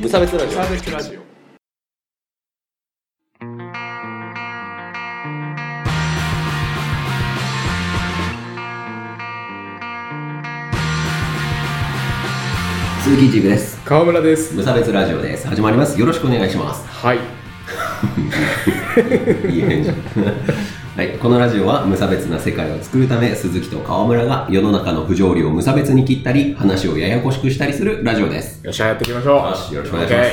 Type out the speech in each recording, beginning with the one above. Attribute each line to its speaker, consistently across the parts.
Speaker 1: 無差別ラジオ
Speaker 2: サーベスラジオ
Speaker 3: 鈴木一部です
Speaker 2: 川村です
Speaker 3: 無差別ラジオです始まりますよろしくお願いします
Speaker 2: はい
Speaker 3: いい返事 はい、このラジオは無差別な世界を作るため鈴木と川村が世の中の不条理を無差別に切ったり話をややこしくしたりするラジオです
Speaker 2: よっしゃやっていきましょう
Speaker 3: よしよろしくお願いします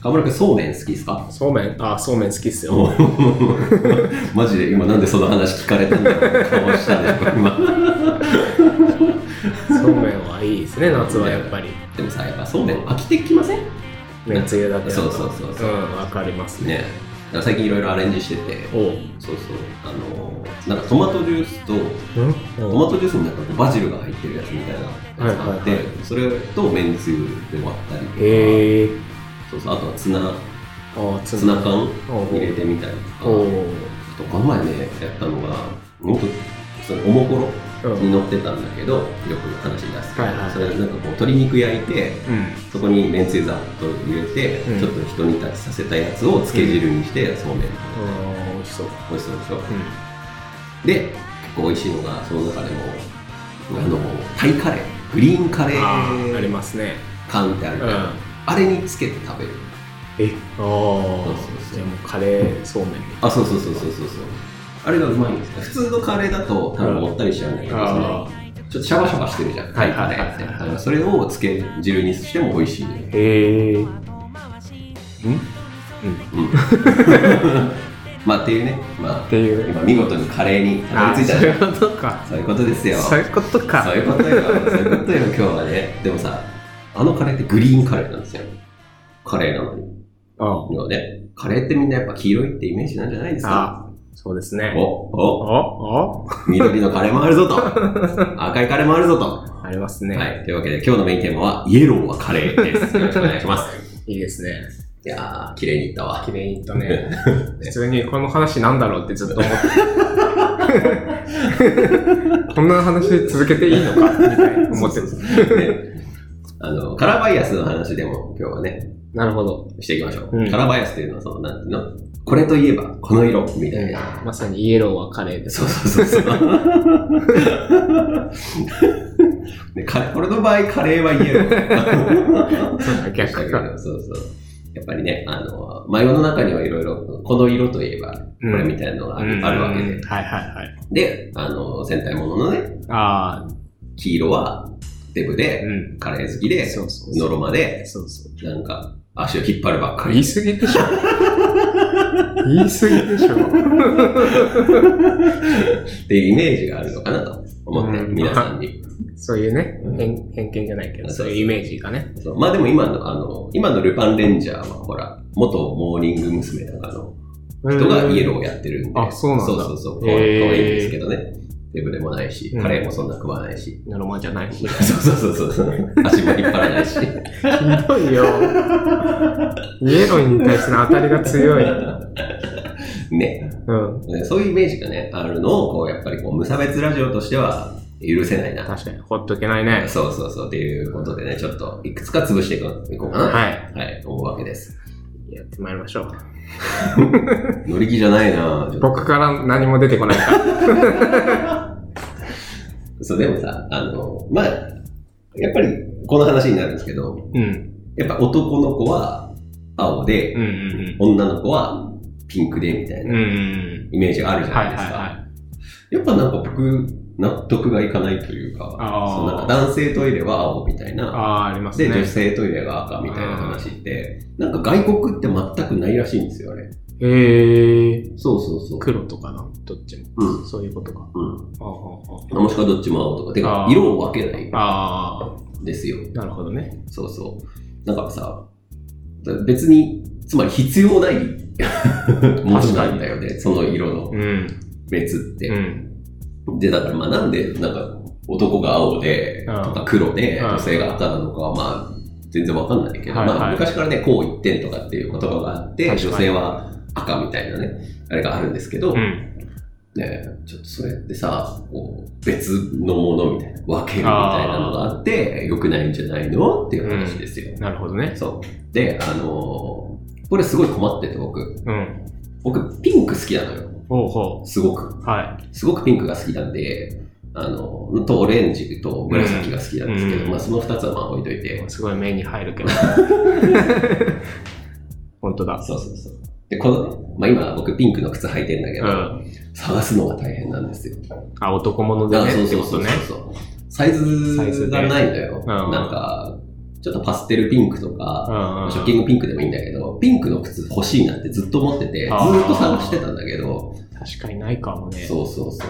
Speaker 3: 川村君そうめん好きですか
Speaker 2: OK そうめんあそうめん好きっすよ
Speaker 3: マジで今なんでその話聞かれたんだろうって顔したね今
Speaker 2: そうめんはいいですね夏はやっぱり
Speaker 3: でもさやっぱそうめん飽きてきません
Speaker 2: めんつゆだって
Speaker 3: そうそうそうそうん
Speaker 2: わかりますね
Speaker 3: ねだから最近いろいろアレンジしてて
Speaker 2: おう
Speaker 3: そうそうあのーなんかトマトジュースと
Speaker 2: うん
Speaker 3: トマトジュースになんかこうバジルが入ってるやつみたいなやつがあって、
Speaker 2: はいはい
Speaker 3: それとめんつゆで割ったりとか、
Speaker 2: へえ
Speaker 3: そうそうあとはツナ
Speaker 2: あつ
Speaker 3: ツナ缶
Speaker 2: おう
Speaker 3: 入れてみたりとか
Speaker 2: おう
Speaker 3: あとこの前ねやったのがほんとそれおもころに乗ってたんだけど、よく話に出すけど、
Speaker 2: はいはい
Speaker 3: それなんかこう鶏肉焼いて
Speaker 2: うん
Speaker 3: そこにめんつゆざっと入れて、
Speaker 2: うん
Speaker 3: ちょっとひと煮立ちさせたやつをつけ汁にして、そうめん
Speaker 2: うん美味しそう
Speaker 3: 美味しそうでしょ、
Speaker 2: う
Speaker 3: で結構美味しいのがその中でもあのタイカレーグリーンカレ
Speaker 2: んああり
Speaker 3: ー
Speaker 2: ますね
Speaker 3: 缶って
Speaker 2: う
Speaker 3: ある
Speaker 2: ん
Speaker 3: じゃんあれにつけて食べる
Speaker 2: えあ
Speaker 3: そう
Speaker 2: あ
Speaker 3: そうそう
Speaker 2: じゃあもうカレーそうめんみたい
Speaker 3: あそうそうそうそうそうそうあれがうまいんですよ普通のカレーだと多分もったりしちゃうんだけど、そ
Speaker 2: あ
Speaker 3: のちょっとシャバシャバしてるじゃんタイカ
Speaker 2: はいはいは
Speaker 3: レーって
Speaker 2: いはい
Speaker 3: だからそれをつけ汁にしても美味しいね
Speaker 2: なへえ
Speaker 3: うん まあっていうねまあ
Speaker 2: っていう
Speaker 3: 今見事にカレーにたどり着いた
Speaker 2: そうい
Speaker 3: じゃん
Speaker 2: うことか
Speaker 3: そういうことですよ
Speaker 2: そういうことか
Speaker 3: そういうことよ、そういうことよ、今日はね。でもさ、あのカレーってグリーンカレーなんですよ。カレーなのに。
Speaker 2: あ
Speaker 3: 要はね、カレーってみんなやっぱ黄色いってイメージなんじゃないですか。
Speaker 2: あそうですね
Speaker 3: お、お、
Speaker 2: おお
Speaker 3: 緑のカレーもあるぞと。 赤いカレーもあるぞと。
Speaker 2: ありますね、
Speaker 3: はい。というわけで、今日のメインテーマは、イエローはカレーです。よろしくお願い します。
Speaker 2: い、いですね
Speaker 3: いやー、綺麗にいったわ。
Speaker 2: 綺麗にいった ね普通にこの話なんだろうってずっ と思ってたこんな話続けていいのかみたいな思って る
Speaker 3: ねあの、カラーバイアスの話でも今日はね、
Speaker 2: なるほど
Speaker 3: していきましょう。
Speaker 2: うん
Speaker 3: カラーバイアスというのは、その、なんていうのこれといえば、この色、みたいな。
Speaker 2: まさにイエローはカレーです
Speaker 3: そうそうそうそう。でカこれの場合、カレーは言える。
Speaker 2: 逆か
Speaker 3: そうそう。やっぱりね、あの、迷の中にはいろいろ、この色といえば、これみたいなのがある,、あるわけ
Speaker 2: う
Speaker 3: で
Speaker 2: ん。はいはいはい
Speaker 3: で、あの、戦隊もののね、
Speaker 2: ああ
Speaker 3: 黄色はデブ
Speaker 2: う
Speaker 3: で、
Speaker 2: ん
Speaker 3: カレー好きで、
Speaker 2: そうそうそう
Speaker 3: ノロマで、
Speaker 2: そうそう
Speaker 3: なんか、足を引っ張るばっか
Speaker 2: 言
Speaker 3: り。
Speaker 2: い過ぎで しょ言い過ぎでしょ
Speaker 3: っていうイメージがあるのかなと思って、
Speaker 2: うん
Speaker 3: 皆さんに。
Speaker 2: そういうね
Speaker 3: うん
Speaker 2: 偏偏見じゃないけど
Speaker 3: そ
Speaker 2: そう
Speaker 3: そう
Speaker 2: ういうイメージがね
Speaker 3: そうまあでも今の、あの、今のルパンレンジャーは、ほら、元モーニング娘。なんかの、 人がイエローをやってるんで。
Speaker 2: あそうなんだ
Speaker 3: そうそうそう。可愛い
Speaker 2: へー
Speaker 3: 可愛いんですけどね。デブでもないし、
Speaker 2: うん
Speaker 3: カレーもそんな食わないし。
Speaker 2: ノロマじゃないし
Speaker 3: そうそうそ うそう。足も引っ張らないし。
Speaker 2: ひどいよ。イエローに対しての当たりが強い。うん。
Speaker 3: ね。ねそういうイメージがね、あるのを、こう、やっぱりこう、無差別ラジオとしては許せないな。
Speaker 2: 確かに、ほっとけないね。
Speaker 3: そうそうそう。っていうことでね、ちょっと、いくつか潰していこういこうかな。。
Speaker 2: はい
Speaker 3: はい、思うわけです。
Speaker 2: い。やってまいりましょう。
Speaker 3: 乗り気じゃないなぁ。
Speaker 2: 僕から何も出てこないから。
Speaker 3: そう、でもさ、あの、まあ、やっぱり、この話になるんですけど、
Speaker 2: うん。
Speaker 3: やっぱ男の子は青で、
Speaker 2: うんうん
Speaker 3: 女の子はピンクでみたい
Speaker 2: うん。うんう
Speaker 3: なんイメージがある
Speaker 2: う
Speaker 3: じ
Speaker 2: ん。
Speaker 3: ゃ
Speaker 2: はいはい
Speaker 3: な
Speaker 2: い
Speaker 3: ですか。
Speaker 2: は
Speaker 3: やっぱなんか僕、納得がいかないというか、
Speaker 2: あー
Speaker 3: そのなんか男性トイレは青みたい
Speaker 2: い。あ
Speaker 3: な、
Speaker 2: あー、あります
Speaker 3: で、女
Speaker 2: ね。
Speaker 3: 性トイレが赤みたいな話って、なんか外国って全くないらしいんですよ、あれ。
Speaker 2: へえ。
Speaker 3: そうそうそう。
Speaker 2: 黒とかな、どっちも。
Speaker 3: うん。
Speaker 2: そういうことか。
Speaker 3: うん。
Speaker 2: あー
Speaker 3: もしくはどっちも青とか。てか
Speaker 2: あ、ー
Speaker 3: 色を分けないん
Speaker 2: あーあー。あ
Speaker 3: ですよ。
Speaker 2: ーなるほどね。
Speaker 3: そうそう。だからさ、だ別に、つまり必 要ないものなんだよね、その色の
Speaker 2: うん。
Speaker 3: 別って。
Speaker 2: うん。
Speaker 3: で、だからまあなんで、なんか男が青で、
Speaker 2: うん
Speaker 3: とか黒で、
Speaker 2: うん
Speaker 3: 女性が赤なのかはまあ全然わかんないけど、
Speaker 2: はいはい
Speaker 3: まあ昔からね、こう一点とかっていう言葉があって、
Speaker 2: 確か
Speaker 3: 女
Speaker 2: に
Speaker 3: 性は赤みたいなね、あれがあるんですけど、
Speaker 2: うん。
Speaker 3: ねえちょっとそれってさ、こう、別のものみたいな、分けるみたいなのがあって、良くないんじゃないのっていう話ですよ。
Speaker 2: なるほどね。
Speaker 3: そう。で、あのーこれすごい困ってて僕。
Speaker 2: うん。
Speaker 3: 僕、ピンク好きなのよ。
Speaker 2: ほうほ
Speaker 3: すごく。
Speaker 2: う。は
Speaker 3: すごくピンクが好きなんで、あの、とオレンジと紫が好きなんですけど、
Speaker 2: うん
Speaker 3: まあその二つはまあ置いといて。
Speaker 2: い。すごい目に入る けど。本当だ。
Speaker 3: そうそうそう。で、このね、まあ今僕ピンクの靴履いてんだけ
Speaker 2: う
Speaker 3: ど、
Speaker 2: ん。
Speaker 3: 探すのが大変なんですよ。
Speaker 2: あ、男物で
Speaker 3: あそ
Speaker 2: ね
Speaker 3: う
Speaker 2: って
Speaker 3: そ
Speaker 2: こ
Speaker 3: うそ
Speaker 2: と
Speaker 3: う
Speaker 2: ね。
Speaker 3: そう。サイズがないのよ。
Speaker 2: ん
Speaker 3: なんか、ちょっとパステルピンクと
Speaker 2: う
Speaker 3: か、
Speaker 2: んうん。
Speaker 3: ショッキングピンクでもいいんだけど、ピンクの靴欲しいなってずっと思ってて、ずっ
Speaker 2: あー
Speaker 3: と探してたんだけど、
Speaker 2: 確かにないかもね。
Speaker 3: そうそうそ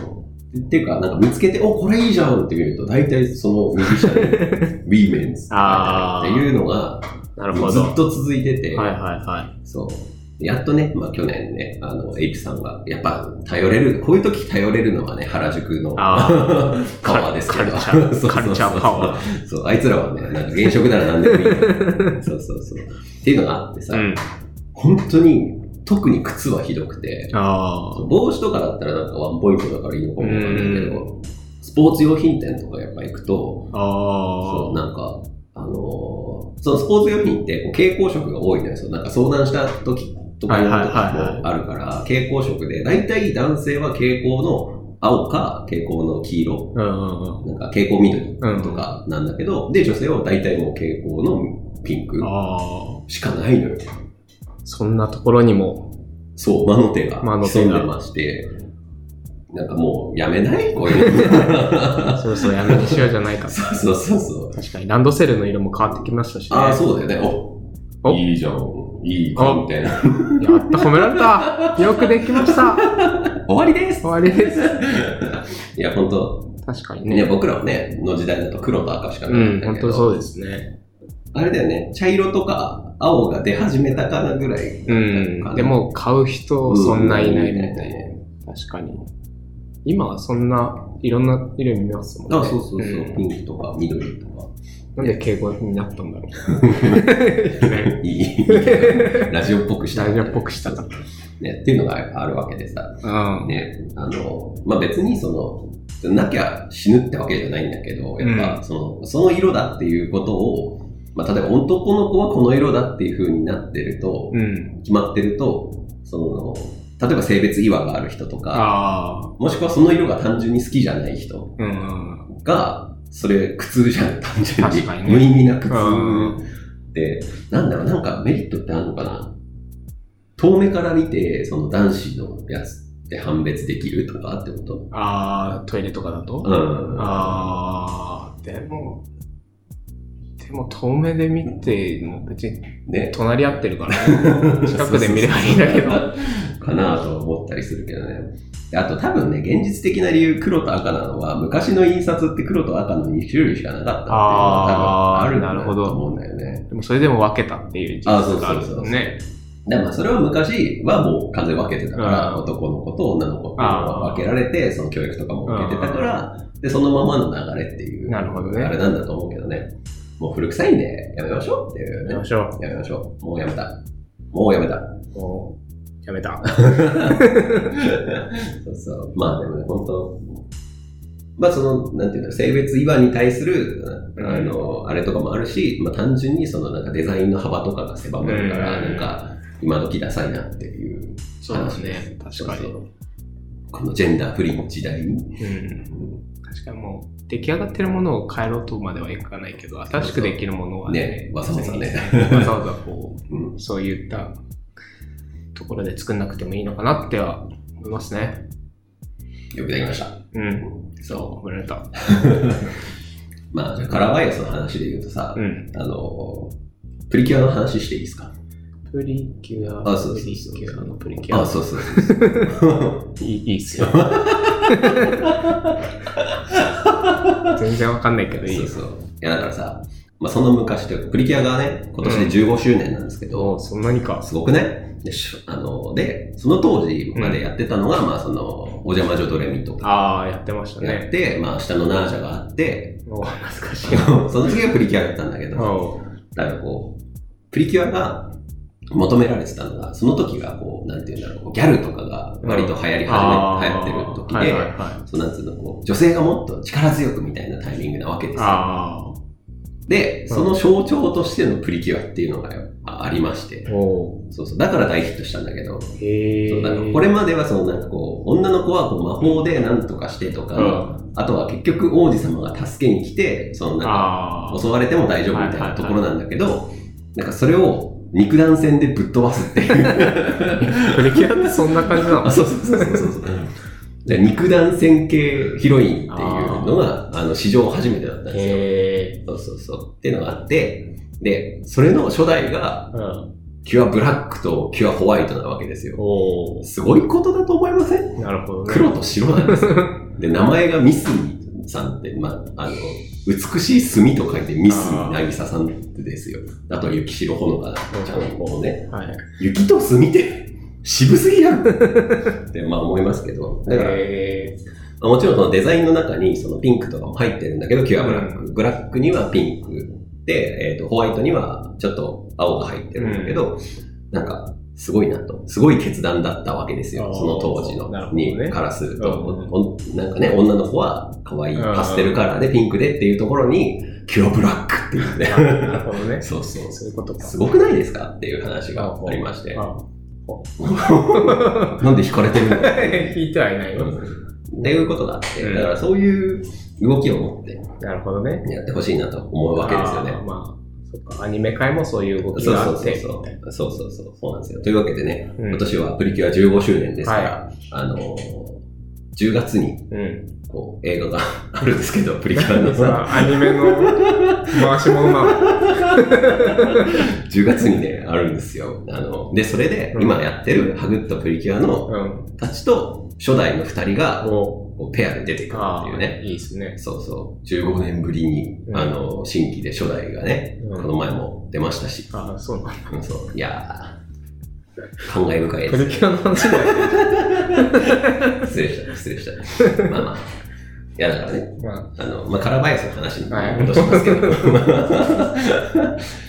Speaker 3: う。っていうか、なんか見つけて、お、これいいじゃんって見ると、大体その右下に、 ウィーメンズって書いてあるっていうのが、
Speaker 2: なるほ
Speaker 3: ず
Speaker 2: ど。
Speaker 3: っと続いてて、
Speaker 2: はいはいはい。
Speaker 3: そう。やっとね、まあ去年ね、あの、エイプさんが、やっぱ頼れる、こういう時頼れるのはね、原宿の
Speaker 2: あ
Speaker 3: パワーですけ
Speaker 2: カル
Speaker 3: ど。
Speaker 2: チャー
Speaker 3: そうそうそう
Speaker 2: カルチャーパワー。
Speaker 3: そう、あいつらはね、なんか現職なら何でもいい。 そうそうそう。っていうのがあってさ、
Speaker 2: うん。
Speaker 3: 本当に、特に靴はひどくて、
Speaker 2: ああ。
Speaker 3: 帽子とかだったらなんかワンポイントだからいいのかもわかんないけど、スポーツ用品店とかやっぱ行くと、そう、
Speaker 2: ああ。
Speaker 3: なんか、あのーそのスポーツ用品ってこう蛍光色が多いのよ。そのなんか相談した時とかの
Speaker 2: はい
Speaker 3: 時
Speaker 2: はいはいはい
Speaker 3: もあるから、蛍光色で、大体男性は蛍光の青か蛍光の黄色、
Speaker 2: うんうんうん。
Speaker 3: なんか蛍光緑
Speaker 2: うん
Speaker 3: とかなんだけど、で、女性は大体もう蛍光のピンク
Speaker 2: ああ。
Speaker 3: しかないのよ。
Speaker 2: そんなところに も。
Speaker 3: そう、魔の手が
Speaker 2: 魔の手
Speaker 3: 潜ん
Speaker 2: が
Speaker 3: でまして、なんかもうやめないこういうの
Speaker 2: そろそろやめにしようじゃないかと。
Speaker 3: そうそうそうそう。
Speaker 2: 確かに、ランドセルの色も変わってきましたしね。
Speaker 3: ああ、そうだよね。お
Speaker 2: お
Speaker 3: いいじゃん。いい観点。
Speaker 2: やった、褒められた。よくできました。
Speaker 3: 終わりです
Speaker 2: 終わりです。
Speaker 3: いや、本当
Speaker 2: 確かに
Speaker 3: ね、
Speaker 2: ね。
Speaker 3: 僕らはね、の時代だと黒と赤しかな
Speaker 2: う
Speaker 3: かっ
Speaker 2: ん、
Speaker 3: た
Speaker 2: 本
Speaker 3: けど、
Speaker 2: 当そうですね。
Speaker 3: あれだよね、茶色とか青が出始めたかなぐらい。
Speaker 2: うん。でも、買う人、そんないないみたいな。
Speaker 3: ね。
Speaker 2: 確かに。今はそんないろんな色見ますもんね。
Speaker 3: あ、そうそうそう、
Speaker 2: ん
Speaker 3: ピンクとか緑とか。
Speaker 2: なんで敬語になったんだろう。いきなり
Speaker 3: いい いいけどラジオっぽくした。
Speaker 2: ラジオっぽく したかっ
Speaker 3: ね、っていうのがあるわけでさ。
Speaker 2: た。うん。
Speaker 3: ね、あの、まあ、別にその、なきゃ死ぬってわけじゃないんだけど、やっぱその、その色だっていうことを、まあ、例えば男の子はこの色だっていう風になってると、
Speaker 2: うん。
Speaker 3: 決まってると、その、例えば性別違和がある人とか、
Speaker 2: ああ。
Speaker 3: もしくはその色が単純に好きじゃない人
Speaker 2: うん。
Speaker 3: が、それ苦痛じゃん、単純に。
Speaker 2: 確かにね
Speaker 3: 無意味な苦
Speaker 2: うん
Speaker 3: 痛で、なんだろう、なんかメリットってあるのかな遠目から見て、その男子のやつって判別できるとかってこと
Speaker 2: ああ、トイレとかだと
Speaker 3: うん。
Speaker 2: ああ、でも、でも遠目で見て、もう別に
Speaker 3: ね。
Speaker 2: 隣り合ってる から、近くで見ればいいんだけど。あ
Speaker 3: かなと思ったりするけどね。であと多分ね、現実的な理由、黒と赤なのは、昔の印刷って黒と赤の2種類しかなかったっていうのが
Speaker 2: あー
Speaker 3: 多分
Speaker 2: な
Speaker 3: ある
Speaker 2: る
Speaker 3: ん
Speaker 2: ほ
Speaker 3: だ
Speaker 2: ど
Speaker 3: と思うんだよね。
Speaker 2: でもそれでも分けたっていう事実があるん
Speaker 3: あそうそう
Speaker 2: だ
Speaker 3: そうそう
Speaker 2: ね。
Speaker 3: だからまあそれは昔はもう完全に分けてたから、
Speaker 2: うん
Speaker 3: 男の子と女の子っていうのは分けられて、その教育とかも受けてたから、で、そのままの流れっていう、
Speaker 2: なるほどね
Speaker 3: あれなんだと思うけどね。もう古臭いんで、やめましょうっていう
Speaker 2: やめま
Speaker 3: ね。
Speaker 2: しょ
Speaker 3: やめましょう。もうやめた。もうやめた。
Speaker 2: う。もう、やめた。
Speaker 3: そうそう。まあでもね、本当まあその、なんていうの、性別違和に対する、
Speaker 2: うん
Speaker 3: あの、あれとかもあるし、まあ単純にそのなんかデザインの幅とかが狭まるから、
Speaker 2: うん
Speaker 3: なんか、今時ダサいなっていう。
Speaker 2: そうですね。確か
Speaker 3: そう
Speaker 2: に
Speaker 3: そ。うこのジェンダー不倫時代に。
Speaker 2: うん。確かにもう、出来上がってるものを変えろとまではいかないけど、新しくできるものは
Speaker 3: ね、わざわざね。
Speaker 2: わざわざこ
Speaker 3: うん
Speaker 2: う、そういったところで作んなくてもいいのかなっては思いますね。
Speaker 3: よくできました。
Speaker 2: うん。
Speaker 3: そ
Speaker 2: 褒められた。
Speaker 3: う。まあ、じゃあカラーバイアスの話で言うとさ、
Speaker 2: うん。
Speaker 3: あの、プリキュアの話していいですか
Speaker 2: プリキュア、
Speaker 3: あそう
Speaker 2: プ
Speaker 3: そう
Speaker 2: リ
Speaker 3: そう
Speaker 2: キュアのプリキュ
Speaker 3: あ、
Speaker 2: ア。
Speaker 3: そうそうそうそう。
Speaker 2: いいいいっすよ。 全然わかんないけどいい
Speaker 3: そう
Speaker 2: よ。
Speaker 3: そう。いや、だからさ、まあ、その昔というか、プリキュアがね、今年で15周年なんですけど、
Speaker 2: おうそんなにか。
Speaker 3: すごくね、でしょあので、その当時までやってたのが、まあ、その、お邪魔女ドレミとか
Speaker 2: ああ、やってました
Speaker 3: やっ
Speaker 2: ね。
Speaker 3: て、まあ、下のナージャがあって、
Speaker 2: おう懐かしい。
Speaker 3: その次がプリキュアだったんだけど、
Speaker 2: おう
Speaker 3: だからこう、プリキュアが、求められてたのが、その時がこう、なんて言うんだろう、ギャルとかが割と流行り始め、流行ってる時で、
Speaker 2: はいはいはい、
Speaker 3: そうなんつうの、こう、女性がもっと力強くみたいなタイミングなわけですよ。
Speaker 2: あ
Speaker 3: で、その象徴としてのプリキュアっていうのがやっぱありまして
Speaker 2: あ、、お
Speaker 3: そうそう、だから大ヒットしたんだけ
Speaker 2: ー
Speaker 3: ど、
Speaker 2: へ
Speaker 3: そう
Speaker 2: え。
Speaker 3: なんかこれまではそのなんかこう、女の子はこう魔法でなんとかしてと
Speaker 2: う
Speaker 3: か、
Speaker 2: ん、
Speaker 3: あとは結局王子様が助けに来て、そのなんか
Speaker 2: ああ、
Speaker 3: 襲われても大丈夫みたいなところなんだけど、なんかそれを肉弾戦でぶっ飛ばすっていう。
Speaker 2: プリキュアってそんな感じなの
Speaker 3: あ そうそうそうそうそう。で肉弾戦系ヒロインっていうのが、あの、史上初めてだったんですよ。
Speaker 2: へえ。
Speaker 3: そうそうそう。っていうのがあって、で、それの初代が、
Speaker 2: うん。
Speaker 3: キュアブラックとキュアホワイトなわけですよ。
Speaker 2: おお。
Speaker 3: すごいことだと思いません
Speaker 2: なるほどね。
Speaker 3: 黒と白なんですよ。で、名前がミスさんって、まあ、あの、美しい墨と書いてミスなぎささんってですよ。あと、雪白ほのかちゃんもね、
Speaker 2: はい。
Speaker 3: 雪と墨って渋すぎやろって、まあ思いますけど。だから、
Speaker 2: へ
Speaker 3: まあもちろんそのデザインの中にそのピンクとかも入ってるんだけど、キュアブラック。ブラックにはピンクで、えっ、と、ホワイトにはちょっと青が入ってるんだけど、なんか、すごいなと。すごい決断だったわけです
Speaker 2: あ
Speaker 3: よ。
Speaker 2: ー
Speaker 3: その当時の、
Speaker 2: なるほどね
Speaker 3: にからする
Speaker 2: うん
Speaker 3: と、おなんかね、女の子は可愛い
Speaker 2: うん
Speaker 3: パステルカラーでピンクでっていうところに、キュアブラックっていう
Speaker 2: え。なる
Speaker 3: ね。
Speaker 2: ほどね。
Speaker 3: そうそうそ
Speaker 2: そういうこと
Speaker 3: う。
Speaker 2: か。
Speaker 3: すごくないですかっていう話がありまして。
Speaker 2: ああ
Speaker 3: なんで惹かれてる の
Speaker 2: 聞いてはいないよ。
Speaker 3: っていうことがあって、
Speaker 2: うん
Speaker 3: だからそういう動きを持って
Speaker 2: なるほどね。
Speaker 3: やってほしいなと思うわけですよね
Speaker 2: あ。ーまあ、そっか。アニメ界もそういう動
Speaker 3: そう
Speaker 2: き
Speaker 3: そう
Speaker 2: があっ
Speaker 3: そう
Speaker 2: て。
Speaker 3: そう。そうそうそう。そうなんですよ。というわけでね、
Speaker 2: うん
Speaker 3: 今年はプリキュア15周年ですから、あのー、10月に
Speaker 2: うん。
Speaker 3: こう映画があるんですけど、プリキュアの
Speaker 2: 何
Speaker 3: さ、
Speaker 2: さ、アニメの回し物なの。
Speaker 3: 10月にね、あるんですよ。あの、で、それで
Speaker 2: うん
Speaker 3: 今やってるハグッとプリキュアの
Speaker 2: うん。
Speaker 3: たちと初代の2人が
Speaker 2: お
Speaker 3: こうペアで出てくる
Speaker 2: あ
Speaker 3: って
Speaker 2: あ、
Speaker 3: いうね。
Speaker 2: いいですね。
Speaker 3: そうそう。15年ぶりに、
Speaker 2: うん
Speaker 3: あの、新規で初代がね、
Speaker 2: う
Speaker 3: こ
Speaker 2: ん
Speaker 3: の前も出ましたし、
Speaker 2: ああ、そうなんだ。
Speaker 3: うんそういやー、感慨深い
Speaker 2: プ
Speaker 3: で
Speaker 2: リキュアの話だよね。
Speaker 3: す。失礼した、失礼した。まあまあ。いや、だからね、
Speaker 2: ま
Speaker 3: あの、まあ、カラーバイアスの話に
Speaker 2: はい
Speaker 3: 戻しますけど、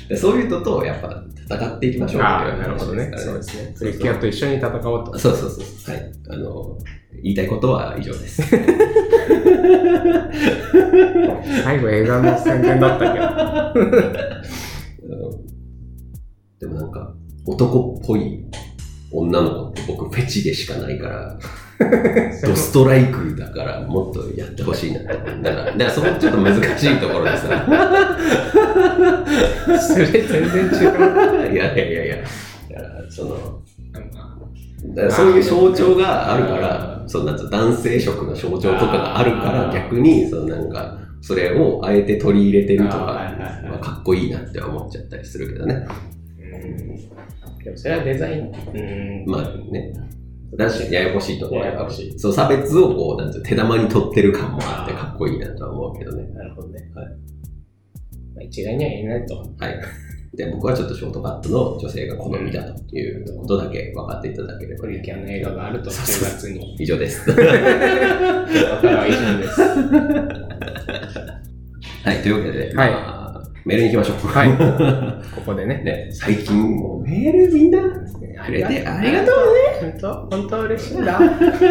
Speaker 3: でそういうのと、やっぱ戦っていきましょう
Speaker 2: あ、あ
Speaker 3: っ
Speaker 2: あ、
Speaker 3: ていう
Speaker 2: なるほ
Speaker 3: 話
Speaker 2: ど
Speaker 3: で
Speaker 2: ね
Speaker 3: すか。
Speaker 2: そ
Speaker 3: ら
Speaker 2: う
Speaker 3: ね
Speaker 2: で。すね。プリキュアと一緒に戦おうと。
Speaker 3: そうそうそう。はい。あの、言いたいことは以上です。
Speaker 2: 最後映画の宣伝だったけど。
Speaker 3: うんでもなんか、男っぽい女の子って僕フェチでしかないから、ドストライクだからもっとやってほしいなって。だから、だからそこちょっと難しいところでさ。
Speaker 2: それ全然違 う。
Speaker 3: いやいやいやいや。だからその、だからそういう象徴があるから、そのなんつう男性色の象徴とかがあるから
Speaker 2: あー
Speaker 3: 逆に、そのなんか、それをあえて取り入れてるとか、
Speaker 2: あーはいはいはい
Speaker 3: まあかっこいいなって思っちゃったりするけどね。
Speaker 2: うんでもそれはデザイン。うん
Speaker 3: まあね。だし、ややこしいところ
Speaker 2: ややこし
Speaker 3: そう、差別をこう、なんていうの手玉に取ってる感もあって、かっこいいなとは思うけどね。
Speaker 2: なるほどね。
Speaker 3: は
Speaker 2: ま
Speaker 3: い
Speaker 2: あ、一概には言えないと。
Speaker 3: はい。で、僕はちょっとショートカットの女性が好みだということだけ分かっていただければ
Speaker 2: プリキュアの映画があると、10
Speaker 3: そうそう
Speaker 2: 月に。
Speaker 3: 以上です。
Speaker 2: だから以上です。
Speaker 3: はい、というわけで、
Speaker 2: はい
Speaker 3: まあメールに行きましょう。
Speaker 2: はここでね。
Speaker 3: ね、最近もうメールみんなくれてありがとうね。
Speaker 2: 本当本当嬉しいんだ。
Speaker 3: ありがとう。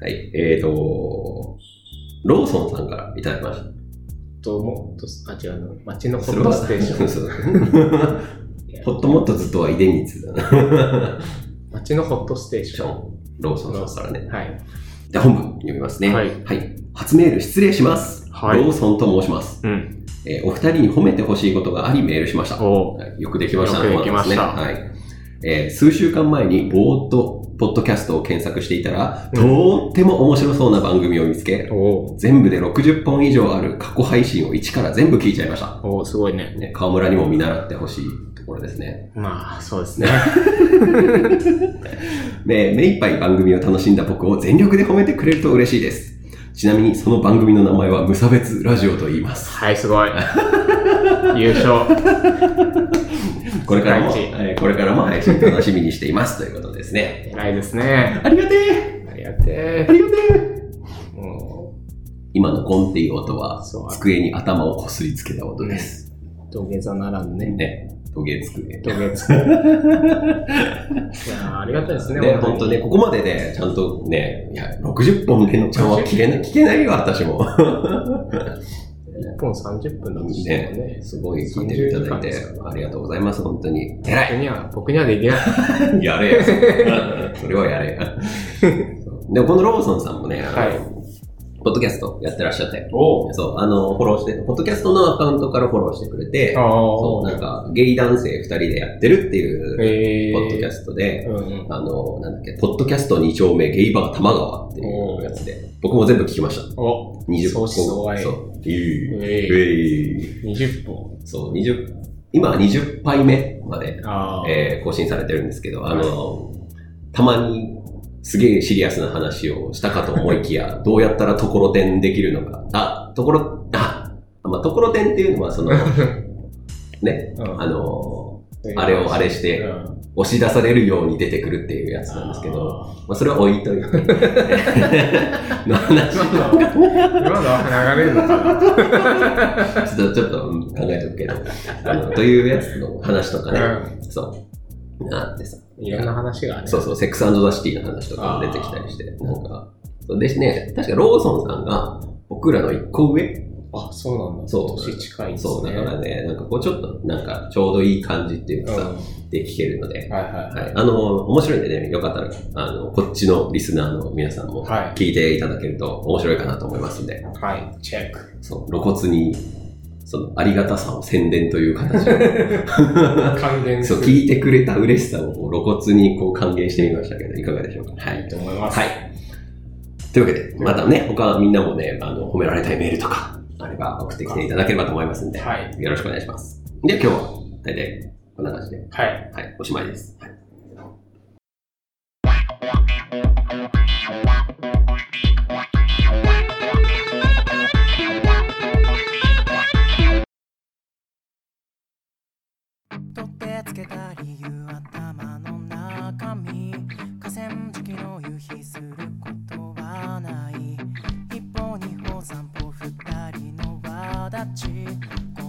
Speaker 3: はい、えーと、ローソンさんからいただきました。
Speaker 2: と思うと、あ、違うの。街のホットステーション。
Speaker 3: そうホットモットずっとは出光だな。
Speaker 2: 街のホットステーシ
Speaker 3: シ
Speaker 2: ョ
Speaker 3: ョ
Speaker 2: ン。
Speaker 3: ン、ローソンさんからね。
Speaker 2: はい。
Speaker 3: じゃあ本文読みますね。
Speaker 2: はい
Speaker 3: 初メール失礼します。
Speaker 2: はい
Speaker 3: ローソンと申します、
Speaker 2: うん。
Speaker 3: えーお二人に褒めてほしいことがありメールしました。
Speaker 2: お
Speaker 3: はいよくできました
Speaker 2: よくできました
Speaker 3: この話ねはいえー数週間前にぼーっとポッドキャストを検索していたら、
Speaker 2: うん
Speaker 3: とーっても面白そうな番組を見つけ、
Speaker 2: お
Speaker 3: 全部で60本以上ある過去配信を一から全部聞いちゃいました。
Speaker 2: おおすごいね。
Speaker 3: ね、川村にも見習ってほしいところですね。
Speaker 2: まあ、そうですね。
Speaker 3: で、目いっぱい番組を楽しんだ僕を全力で褒めてくれると嬉しいです。ちなみにその番組の名前は無差別ラジオと言います。
Speaker 2: はい、すごい。優勝。
Speaker 3: これからも、
Speaker 2: 世界一
Speaker 3: えーこれからも配信楽しみにしていますと いうことですね。
Speaker 2: 偉いですね。
Speaker 3: ありがてえ
Speaker 2: ありがて
Speaker 3: ありがてえ
Speaker 2: え。も
Speaker 3: 今のゴンっていう音は
Speaker 2: そう、
Speaker 3: 机に頭をこすりつけた音です。
Speaker 2: う、土下座ならんね。
Speaker 3: ね。トゲつくね。
Speaker 2: とりあえず。いやーありがたいですね、
Speaker 3: ね、本当ね、ここまでね、ちゃんとね、いや、60本でのちゃんは切れな聞けないよ、私も。
Speaker 2: 1本30分なんですけどね
Speaker 3: ね、。すごい聞いていただいて、ありがとうございます、本当に。偉い
Speaker 2: 僕には、僕にはできない。
Speaker 3: やれよ。 それはやれよ。でもこのロボソンさんもね、あの
Speaker 2: はい
Speaker 3: ポッドキャストやってらっしゃって、
Speaker 2: お
Speaker 3: そう、あの、フォローして、ポッドキャストのアカウントからフォローしてくれて、そ
Speaker 2: お
Speaker 3: う、なんか、ゲイ男性二人でやってるっていう、
Speaker 2: えー、
Speaker 3: ポッドキャストで、
Speaker 2: うんうん。
Speaker 3: あの、なんだっけ、ポッドキャスト2丁目、ゲイバー玉川っていうやつで、僕も全部聞きました。
Speaker 2: お
Speaker 3: 20
Speaker 2: 相思相愛
Speaker 3: そう。えー
Speaker 2: え
Speaker 3: え
Speaker 2: ー、20本。
Speaker 3: ーそう、20、今は20杯目まで、
Speaker 2: あー
Speaker 3: えー更新されてるんですけど、あの、たまに、すげえシリアスな話をしたかと思い きや、どうやったらところてんできるのか。あ、ところ、あ、まあ、ところてんっていうのは、その、ね、
Speaker 2: うん
Speaker 3: あの、あれをあれして押し出されるように出てくるっていうやつなんですけど、、まあ、それは置い といて、
Speaker 2: 今の今のは
Speaker 3: の話
Speaker 2: 流れるのかな
Speaker 3: ちょっと、ちょっとうん考えとくけど、あの、というやつの話とかね、そう、あってさ、
Speaker 2: うんいろんな話がね。
Speaker 3: そうそう、セックスザ・シティの話とかも出てきたりして、なんか、そうでね、確かローソンさんが、僕らの一個上
Speaker 2: あ、そうなんだ。
Speaker 3: そう
Speaker 2: 年近いですね。
Speaker 3: そう、だからね、なんかこうちょっと、なんかちょうどいい感じっていうか
Speaker 2: うん
Speaker 3: さ、で聞けるので、
Speaker 2: はいはい
Speaker 3: はい、あの、面白いんでね、よかったら、あの、こっちのリスナーの皆さんも、
Speaker 2: は
Speaker 3: 聞いていただけると面白いかなと思いますんで、
Speaker 2: い。はい、チェック。
Speaker 3: そう、露骨に、その、ありがたさを宣伝という形で、
Speaker 2: 還元す
Speaker 3: そう、
Speaker 2: る。
Speaker 3: 聞いてくれた嬉しさをこう露骨にこう還元してみましたけど、いかがでしょうか。はい
Speaker 2: いい。と思います。
Speaker 3: はい。というわけで、またね、他みんなもね、あの、褒められたいメールとか、あれば送ってきていただければと思いますんで、
Speaker 2: はい。
Speaker 3: よろしくお願いします。で、今日は、大体、こんな感じで、
Speaker 2: はい。
Speaker 3: はい、おしまいです。はい
Speaker 1: 取ってつけた理由頭の中身河川敷の夕日することはない一歩二歩三歩二人の輪立ち後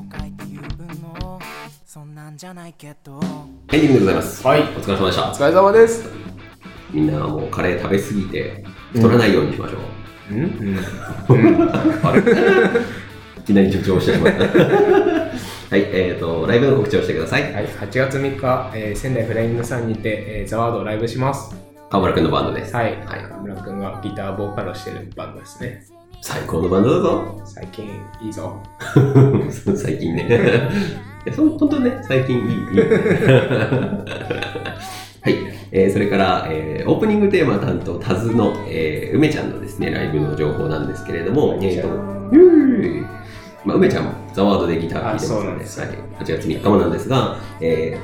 Speaker 1: 悔っていう分のそんなんじゃないけど
Speaker 3: エンディングでございます。
Speaker 2: はい
Speaker 3: お疲れ様でし
Speaker 2: お
Speaker 3: た。
Speaker 2: 疲れ様です。
Speaker 3: みんなもうカレー食べ過ぎて、太らないようにしましょう。
Speaker 2: うんうん。
Speaker 3: あれいきなり助長してしまった。 はい、えっ、と、ライブの告知をしてください。
Speaker 2: はい、8月3日、えー仙台フライングさんにて、えーザワードをライブします。
Speaker 3: 河村くんのバンドです。
Speaker 2: はい、
Speaker 3: はい
Speaker 2: 河村くんがギターボーカルをしてるバンドですね。
Speaker 3: 最高のバンドだぞ。
Speaker 2: 最近いいぞ。
Speaker 3: 最近ね。 いやそう本当ね、最近いい。 いいはい、えーそれから、えーオープニングテーマ担当、タズの、えー梅ちゃんのですね、ライブの情報なんですけれども、
Speaker 2: 梅
Speaker 3: え
Speaker 2: ち
Speaker 3: ー
Speaker 2: ゃん
Speaker 3: と、ゆーまあ、梅ちゃんもザワードでギター弾いて
Speaker 2: あそうなん
Speaker 3: ま
Speaker 2: ですす
Speaker 3: ので、はい、8月3日もなんですが、えー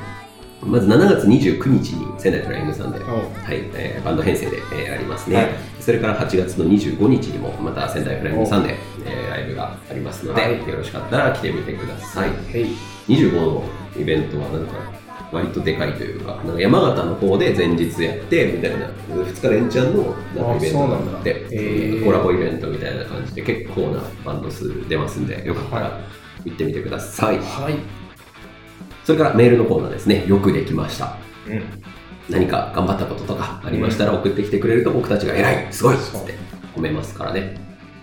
Speaker 3: まず7月29日に仙台フライングさんで、
Speaker 2: おう
Speaker 3: はいえーバンド編成で、えーありますね、
Speaker 2: はい
Speaker 3: それから8月の25日にもまた仙台フライングさんで、えーライブがありますので、
Speaker 2: はい
Speaker 3: よろしかったら来てみてください
Speaker 2: へい。
Speaker 3: 25のイベントはなんか割とでかいというかなんか山形の方で前日やってみたいな2日連チャンのなん
Speaker 2: あ
Speaker 3: かイベン
Speaker 2: そうな
Speaker 3: トがあって
Speaker 2: んだ
Speaker 3: そうコラボイベントみたいな感じで結構なバンド数出ますんでよかったら行ってみてください、
Speaker 2: はい。
Speaker 3: それからメールのコーナーですねよくできました
Speaker 2: うん。
Speaker 3: 何か頑張ったこととかありましたら送ってきてくれると僕たちが偉いすごいっつ
Speaker 2: そう
Speaker 3: って褒めますからね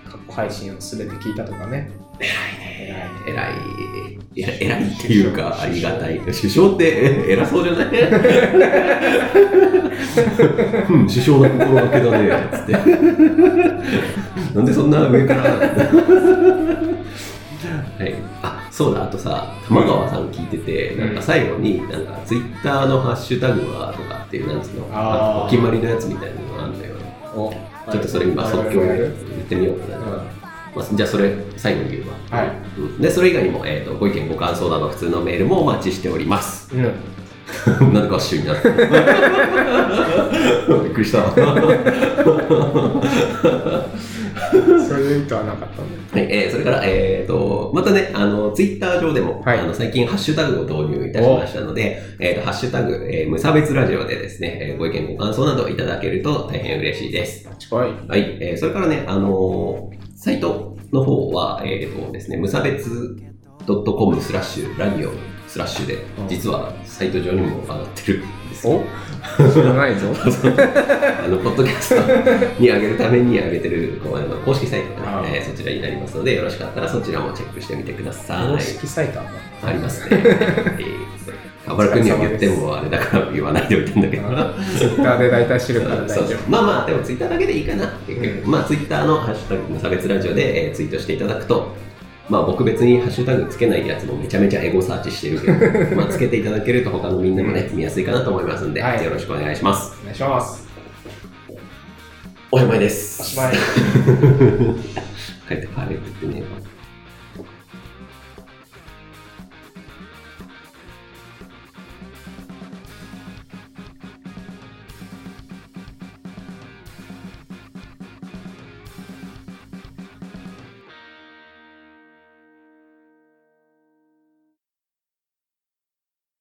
Speaker 2: 過去配信をすべて聞いたとかね。偉いね。偉いね。
Speaker 3: 偉い偉い偉いっていうかありがたい首相ってえ偉そうじゃないうん首相の心がけだねつってなんでそんな上からはい、あそうだあとさ玉川さん聞いててなんか最後になんかツイッターのハッシュタグはとかっていうなんつうの
Speaker 2: あー
Speaker 3: お決まりのやつみたいなのがあるんだよね
Speaker 2: お
Speaker 3: ちょっとそれ今即興
Speaker 2: う
Speaker 3: で
Speaker 2: ん。
Speaker 3: 言ってみようかな、まあ、じゃあそれ最後に言うわ
Speaker 2: はい。
Speaker 3: うんでそれ以外にも、えー、とご意見ご感想など普通のメールもお待ちしております
Speaker 2: うん。
Speaker 3: なんで合衆になった びっくりした はい、
Speaker 2: それで意図はなかったんで。
Speaker 3: えーそれから、えー、とまたねあのツイッター上でも、
Speaker 2: はい
Speaker 3: あの最近ハッシュタグを導入いたしましたので「えー、とハッシュタグ、えー無差別ラジオ」でですね、えーご意見ご感想などいただけると大変嬉しいです
Speaker 2: 近い。
Speaker 3: はい、えーそれからね、あのーサイトの方は、えーとですね、無差別 .com スラッシュラディオスラッシュで
Speaker 2: うん
Speaker 3: 実はサイト上にも上がってるんですよ
Speaker 2: お知らないぞ。
Speaker 3: あのポッドキャストに上げるために上げてるこうあの公式サイトなの
Speaker 2: あ
Speaker 3: でそちらになりますのでよろしかったらそちらもチェックしてみてください
Speaker 2: 公式サイトあんの
Speaker 3: ありますねえー河原君には言ってもあれだから言わないでおいたんだけど
Speaker 2: あツイッターで大体知るから大
Speaker 3: そう
Speaker 2: 丈夫。
Speaker 3: まあまあでもツイッターだけでいいかな結局、
Speaker 2: う
Speaker 3: まあツイッターの「ハッシュタグ無差別ラジオで」えーツイートしていただくとまあ僕別にハッシュタグつけないやつもめちゃめちゃエゴサーチしてる けどまあつけていただけると他のみんなもね見やすいかなと思いますんで、
Speaker 2: はい
Speaker 3: よろしくお願いします
Speaker 2: お願いします。
Speaker 3: おしまいです
Speaker 2: おしまい。
Speaker 3: 帰って帰れって言ってねえわ